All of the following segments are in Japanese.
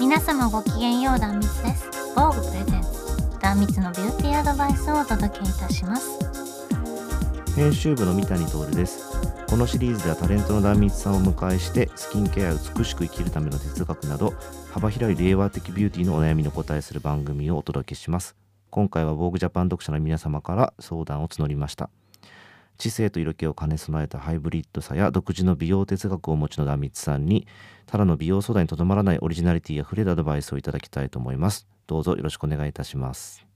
皆様ごきげんよう壇蜜です防具プレゼンツ壇蜜のビューティーアドバイスをお届けいたします編集部の三谷徹ですこのシリーズではタレントの壇蜜さんをお迎えしてスキンケアや美しく生きるための哲学など幅広い令和的ビューティーのお悩みにお答えする番組をお届けします今回は防具ジャパン読者の皆様から相談を募りました知性と色気を兼ね備えたハイブリッドさや独自の美容哲学をお持ちの壇蜜さんにただの美容相談にとどまらないオリジナリティあふれるアドバイスをいただきたいと思いますどうぞよろしくお願いいたします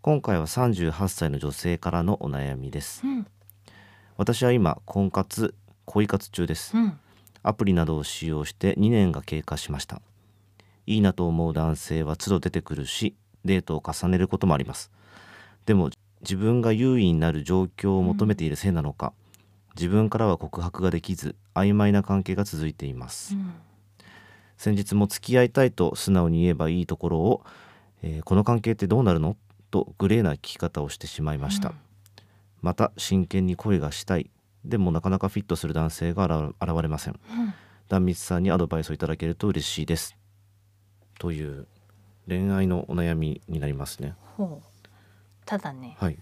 今回は38歳の女性からのお悩みですうん私は今婚活恋活中ですうんアプリなどを使用して2年が経過しましたいいなと思う男性は都度出てくるしデートを重ねることもありますでも自分が優位になる状況を求めているせいなのか、自分からは告白ができず曖昧な関係が続いていますうん先日も付き合いたいと素直に言えばいいところを、えーこの関係ってどうなるのとグレーな聞き方をしてしまいました、うんまた真剣に恋がしたいでもなかなかフィットする男性が現現れませんうん壇蜜さんにアドバイスをいただけると嬉しいですという恋愛のお悩みになりますねほうただねはい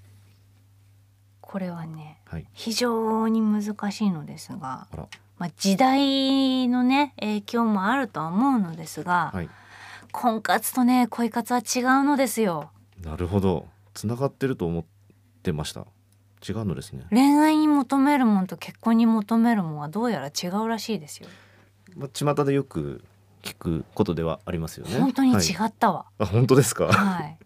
これはねはい非常に難しいのですがあらまあ時代のね影響もあるとは思うのですが、はい婚活とね恋活は違うのですよなるほど繋がってると思ってました違うのですね、恋愛に求めるもんと結婚に求めるもんはどうやら違うらしいですよ、まあ、巷でよく聞くことではありますよね本当に違はいったわあ本当ですか はい、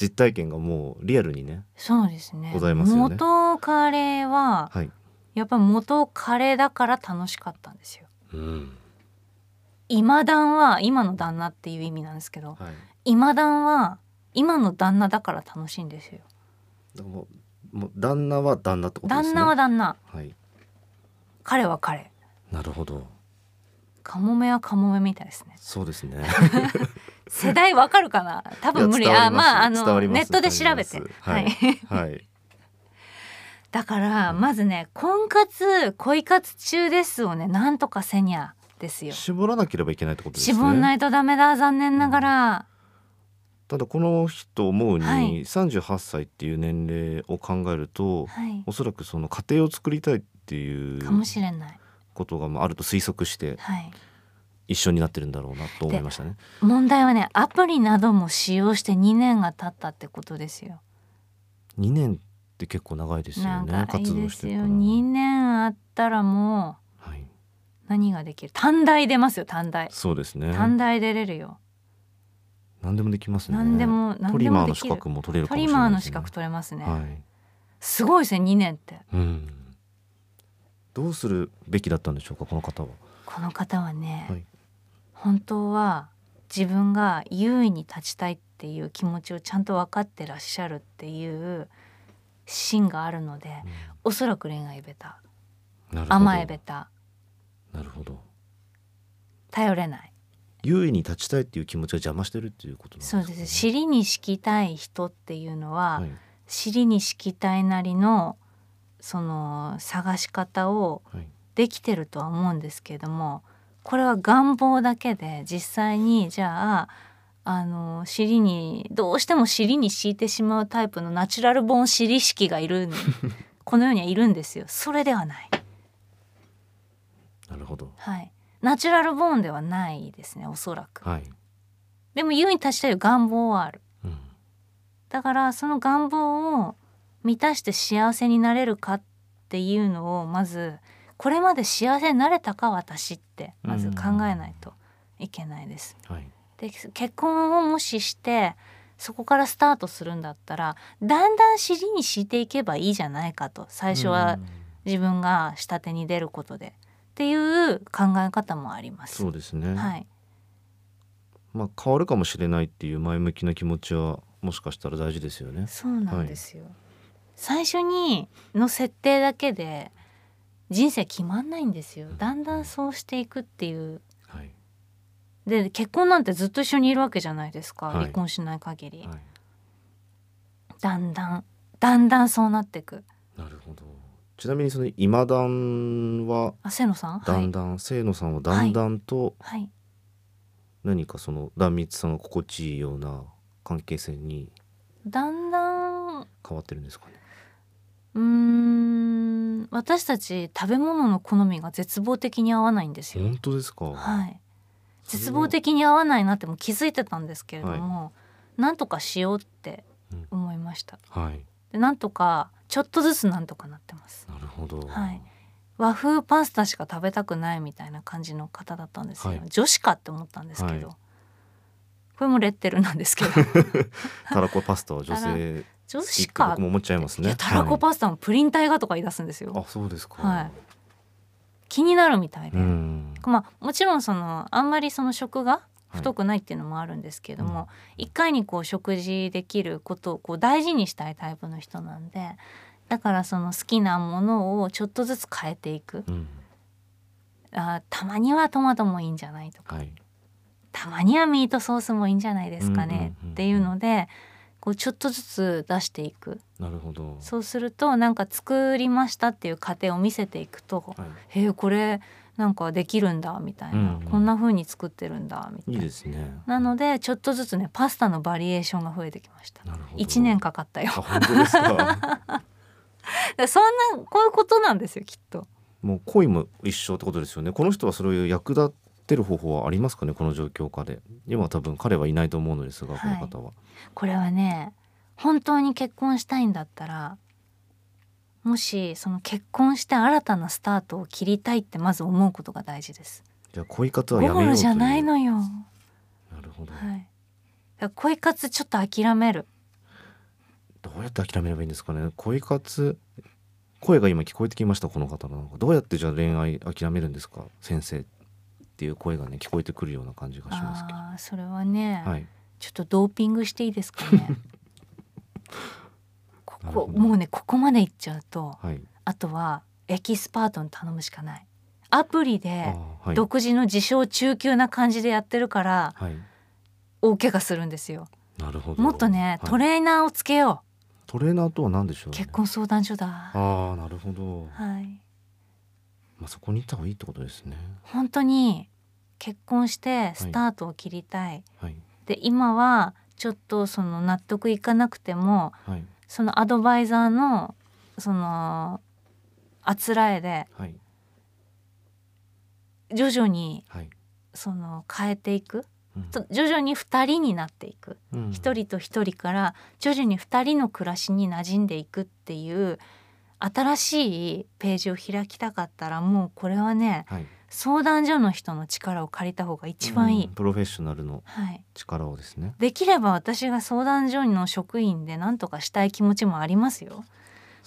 実体験がもうリアルにねそうですねございますよね元カレははい、やっぱ元カレだから楽しかったんですようん今段は今の旦那っていう意味なんですけどはい、今段は今の旦那だから楽しいんですよだからもうもう旦那は旦那ってことです旦ね那は旦那はい彼は彼なるほどカモメはカモメみたい ですねそうで すね世代わかるかな多分無理いやあ伝わりますまああ伝のわりまネすットで調べて伝わりますははいい、はい だからまずね婚活恋活中ですをねなんとかせにゃですよ絞らなければいけないってことですね絞んないとダメだ残念ながら、ただこの人思うに、はい38歳っていう年齢を考えるとはいおそらくその家庭を作りたいっていうかもしれないことがまああると推測してはい一緒になってるんだろうなと思いましたね問題はねアプリなども使用して2年が経ったってことですよ2年って結構長いですよなんねかい活い動でしてするかよら2年あったらもはい、う何ができる短大出ますよ短大そうですね短大出れるよ何でもできますね何でもト何リでマもでーのき資る格も取れるかトもしリれなマーいのです資ね格取れますね、はいすごいですね2年ってうんどうするべきだったんでしょうかこの方はこの方はね、はい本当は自分が優位に立ちたいっていう気持ちをちゃんと分かってらっしゃるっていう芯があるのでおそらく恋愛ベタなるほど甘えベタなるほど頼れない優位に立ちたいっていう気持ちが邪魔してるっていうことなんですかそうねです尻に敷きたい人っていうのは、はい尻に敷きたいなりのその探し方をはいできてるとは思うんですけれどもこれは願望だけで実際にじゃああの尻にどうしても尻に敷いてしまうタイプのナチュラルボーン尻敷がいる この世にはいるんですよそれではない、なるほどはい、ナチュラルボーンではないですねおそらくはい、でも優に達したい願望はあるうん、だからその願望を満たして幸せになれるかっていうのをまずこれまで幸せになれたか私ってまず考えないといけないです。はいで結婚をもししてそこからスタートするんだったらだんだん尻に敷いていけばいいじゃないかと最初はうん自分が下手に出ることでっていう考え方もあります。そうですね、はい、まあ変わるかもしれないっていう前向きな気持ちはもしかしたら大事ですよねそうなんですよ、最初にの設定だけで人生決まんないんですよだんだんそうしていくっていうはいで結婚なんてずっと一緒にいるわけじゃないですか、はい離婚しない限り、はいだんだんだんだんそうなっていくなるほどちなみにその今段はあ瀬野さんだはんいだん、清野さんはだんだんとはい何かその壇蜜さんが心地いいような関係性にだんだんう変わってるんですかね。ーん私たち食べ物の好みが絶望的に合わないんですよ。本当ですか。はい、それは絶望的に合わないなっても気づいてたんですけれども、なんとかしようって思いました。はい。でなんとかちょっとずつなんとかなってます。なるほど。はい和風パスタしか食べたくないみたいな感じの方だったんですよ、はい女子かって思ったんですけど、はこれもレッテルなん ですけどたらこパスタは女性女好き子ってか僕も思っちゃいますいね。やたらこパスタもプリン体がとか言い出すんですよ、はいあそうですか。はい気になるみたいで、うん。まあもちろんそのあんまりその食が太く。くないっていうのもあるんですけどうんも、一回にこう食事できることをこう大事にしたいタイプの人なんでだからその好きなものをちょっとずつ変えていくうん。あーたまにはトマトもいいんじゃないとかはい。たまにはミートソースもいいんじゃないですかねうんうんうんうんっていうのでこうちょっとずつ出していくなるほど。そうするとなんか作りましたっていう過程を見せていくとはい。 「へえこれなんかできるんだ」みたいな、うんうんこんな風に作ってるんだみたいいいな。ですね。なのでちょっとずつねパスタのバリエーションが増えてきました。なるほど。一年。かかったよ あ。本当ですか。そんなこういうことなんですよきっと。もう恋も一緒ってことですよね。この人はそれを役立ってる方法はありますかね。この状況下で。今は多分彼はいないと思うのですが、この方は。これはね本当に結婚したいんだったらもしその結婚して新たなスタートを切りたいってまず思うことが大事です。じゃあ恋活ゴはやーめようといルう。じゃないのよ。なるほど。はい。だから恋活ちょっと諦める。どうやって諦めればいいんですかね恋活声が今聞こえてきましたこの方のなんかどうやってじゃあ恋愛諦めるんですか先生っていう声がね聞こえてくるような感じがしますけああーそれはね、どはいちょっとドーピングしていいですかね。 こなるこほどもうねここまで行っちゃうとはいあとはエキスパートに頼むしかない。アプリあでーはい独自の自称中級な感じでやってるからはい大怪我するんですよ。なるほどもっとねはいトレーナーをつけよトレーナーとは何でしう。ょうね結婚相談所だ。ああなるほどはい。まあそこに行った方がいいってことですね本当に結婚してスタートを切りたい。はいで今はちょっとその納得いかなくてもはいそのアドバイザーのそのあつらえではい徐々にはいその変えていくうんと徐々に2人になっていくうん1人と1人から徐々に2人の暮らしに馴染んでいくっていう新しいページを開きたかったらもうこれはねはい相談所の人の力を借りた方が一番いい。うんプロフェッショナルのはい力をですねできれば私が相談所の職員で何とかしたい気持ちもありますよ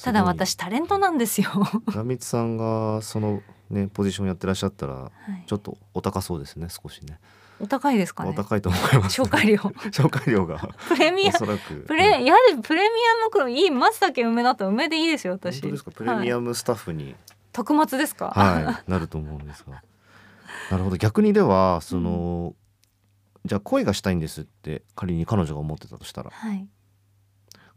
ただすごい私タレントなんですよ、は壇蜜さんがそのねポジションやってらっしゃったらいちょっとお高そうですね少しねお高いですかおね高いと思います、紹介 料紹介料がプレミおアそらくプうんレやでプレミアムクロいい松茸梅だと梅でいいですよ本私当ですかプレミはいアムスタッフに、特松ですか、はいなると思うんですがなるほど逆にではその、じゃあ恋がしたいんですって仮に彼女が思ってたとしたらはい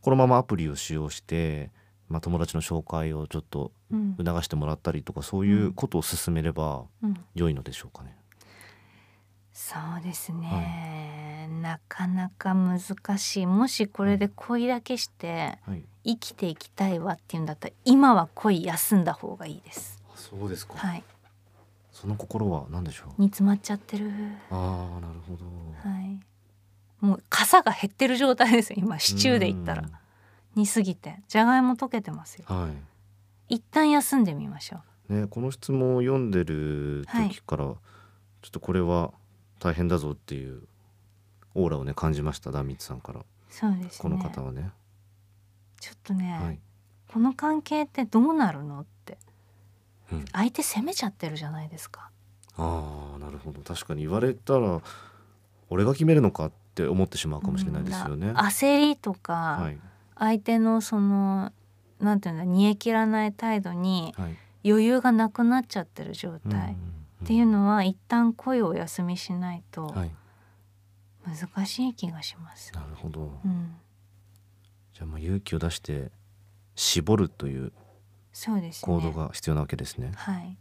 このままアプリを使用して、まあ、友達の紹介をちょっとうん促してもらったりとかそういうことを進めればうん、良いのでしょうかね。そうですね、なかなか難しいもしこれで恋だけしてはい、生きていきたいわっていうんだったら今は恋休んだ方がいいですそうですかはいその心は何でしょう煮詰まっちゃってるああなるほど。はい。もう傘が減ってる状態ですよ今シチューで言ったらうん煮すぎてじゃがいも溶けてますよはい。一旦休んでみましょうね、この質問を読んでる時から、ちょっとこれは大変だぞっていうオーラをね感じましたダミツさんからそうですねこの方はね。ちょっとね、はい。この関係ってどうなるのって、うん相手責めちゃってるじゃないですかああなるほど確かに言われたら俺が決めるのかって思ってしまうかもしれないですようねん。焦りとか、はい相手のそのなんていうんだ煮え切らない態度にはい。余裕がなくなっちゃってる状態、っていうののは一旦恋をお休みしないとはい。難しい気がします、なるほど。うんじゃあまあ勇気を出して絞るというそうですね行動が必要なわけですね。はい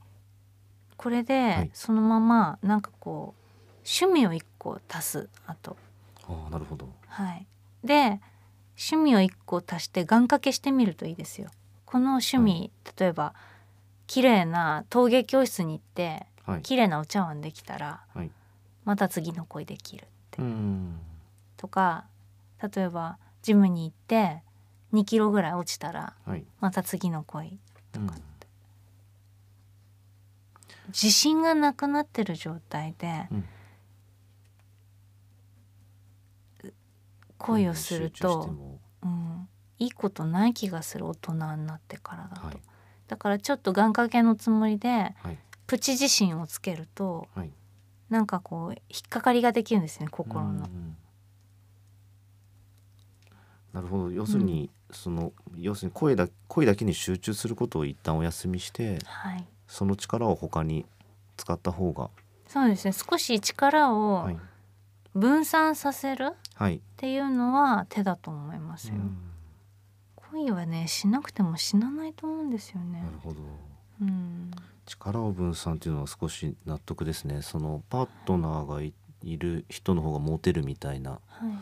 これで、はいそのままなんかこう趣味を1個足すあとああなるほどはいで趣味を1個足して願掛けしてみるといいですよこの趣味、例えば綺麗な陶芸教室に行ってはい綺麗なお茶碗できたら、はいまた次の恋できるって、うんとか例えばジムに行って2キロぐらい落ちたらはい、また次の恋うん、自信がなくなってる状態でうん恋をする集中してと、もうん、いいことない気がする大人になってからだと、はいだからちょっと願掛けのつもりではいプチ自信をつけるとはいなんかこう引っかかりができるんですね心の。うんなるほど要するに、その要するに声だ声だけに集中することを一旦お休みしてはいその力を他に使った方がそうですね少し力はをい分散させるはい、っていうのは手だと思いますうよ、ん恋はねしなくても死なないと思うんですよねなるほどうん力を分散っていうのは少し納得ですねそのパートナーがいいる人の方がモテるみたいなはい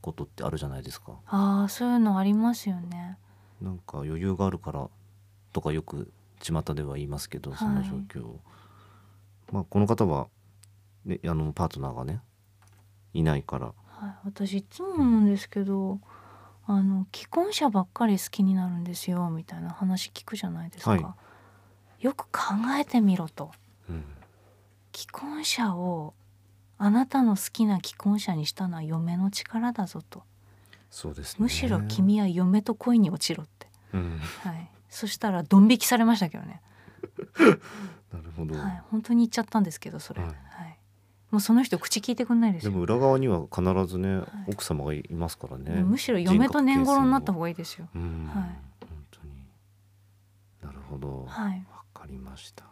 ことってあるじゃないですかああそういうのありますよねなんか余裕があるからとかよく巷では言いますけどそのはい状況、まあこの方は、ね、あのパートナーがねいないからはい私いつも思うんですけどあの既婚者ばっかり好きになるんですよみたいな話聞くじゃないですか、はいよく考えてみろとうん、既婚者をあなたの好きな既婚者にしたのは嫁の力だぞとそうですねむしろ君は嫁と恋に落ちろって、うん、はい、そしたらドン引きされましたけどねなるほど、はい、本当に言っちゃったんですけどそれ、ははいいもうその人口聞いてくんないですでよも裏側には必ずね、い奥様がいますからねむしろ嫁と年頃になった方方がいいですよがうん、はい本当になるほどわはい、かりました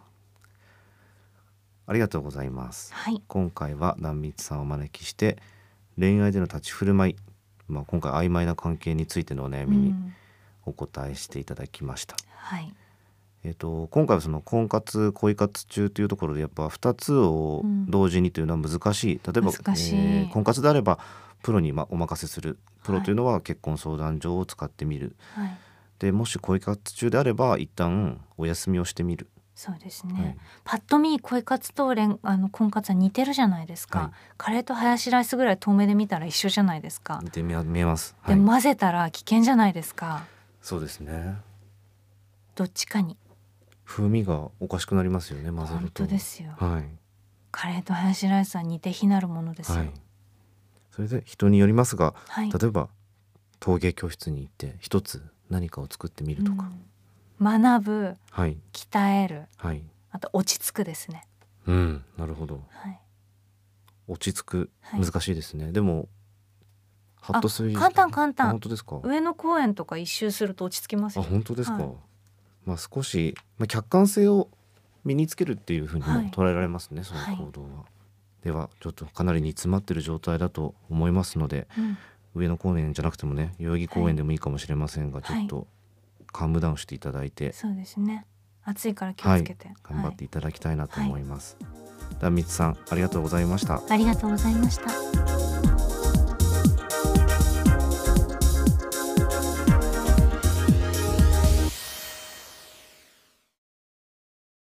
ありがとうございますはい、今回は壇蜜さんをお招きして恋愛での立ち振る舞い、まあ、今回曖昧な関係についてのお悩うみにんお答えしていただきました、はいえっと今回はその婚活恋活中というところでやっぱ2つを同時にというのは難しい、例えば、難しい婚活であればプロにまお任せするプロというのは結婚相談所を使ってみる、はいでもし恋活中であれば一旦お休みをしてみる、そうですはねい、パッと見恋活と恋あの婚活は似てるじゃないですか、はいカレーとハヤシライスぐらい遠目で見たら一緒じゃないですか、見て見え見えます、はでい、混ぜたら危険じゃないですかそうですねどっちかに風味がおかしくなりますよね混ぜる本と当ですよはいカレーとハヤシライスは似て非なるものですよはい、それで人によりますがはい例えば陶芸教室に行って一つ何かを作ってみるとか、うん学ぶはい鍛えるはいあと落ち着くですね。うんなるほどはい。落ち着くはい難しいですね、でもハッとする簡単簡あ本単。当ですか上野公園とか一周すると落ち着きますあよ。本当ですか、はいまあ少し、まあ、客観性を身につけるっていうふうにもはい捉えられますね、その行動は、ではちょっとかなり煮詰まってる状態だと思いますのでうん上野公園じゃなくてもね代々木公園でもいいかもしれませんが、はいちょっとカムダウンしていただいてそうですね。暑いから気をつけて。頑張っていただきたいなと思います。壇蜜さんありがとうございました。はいありがとうございました。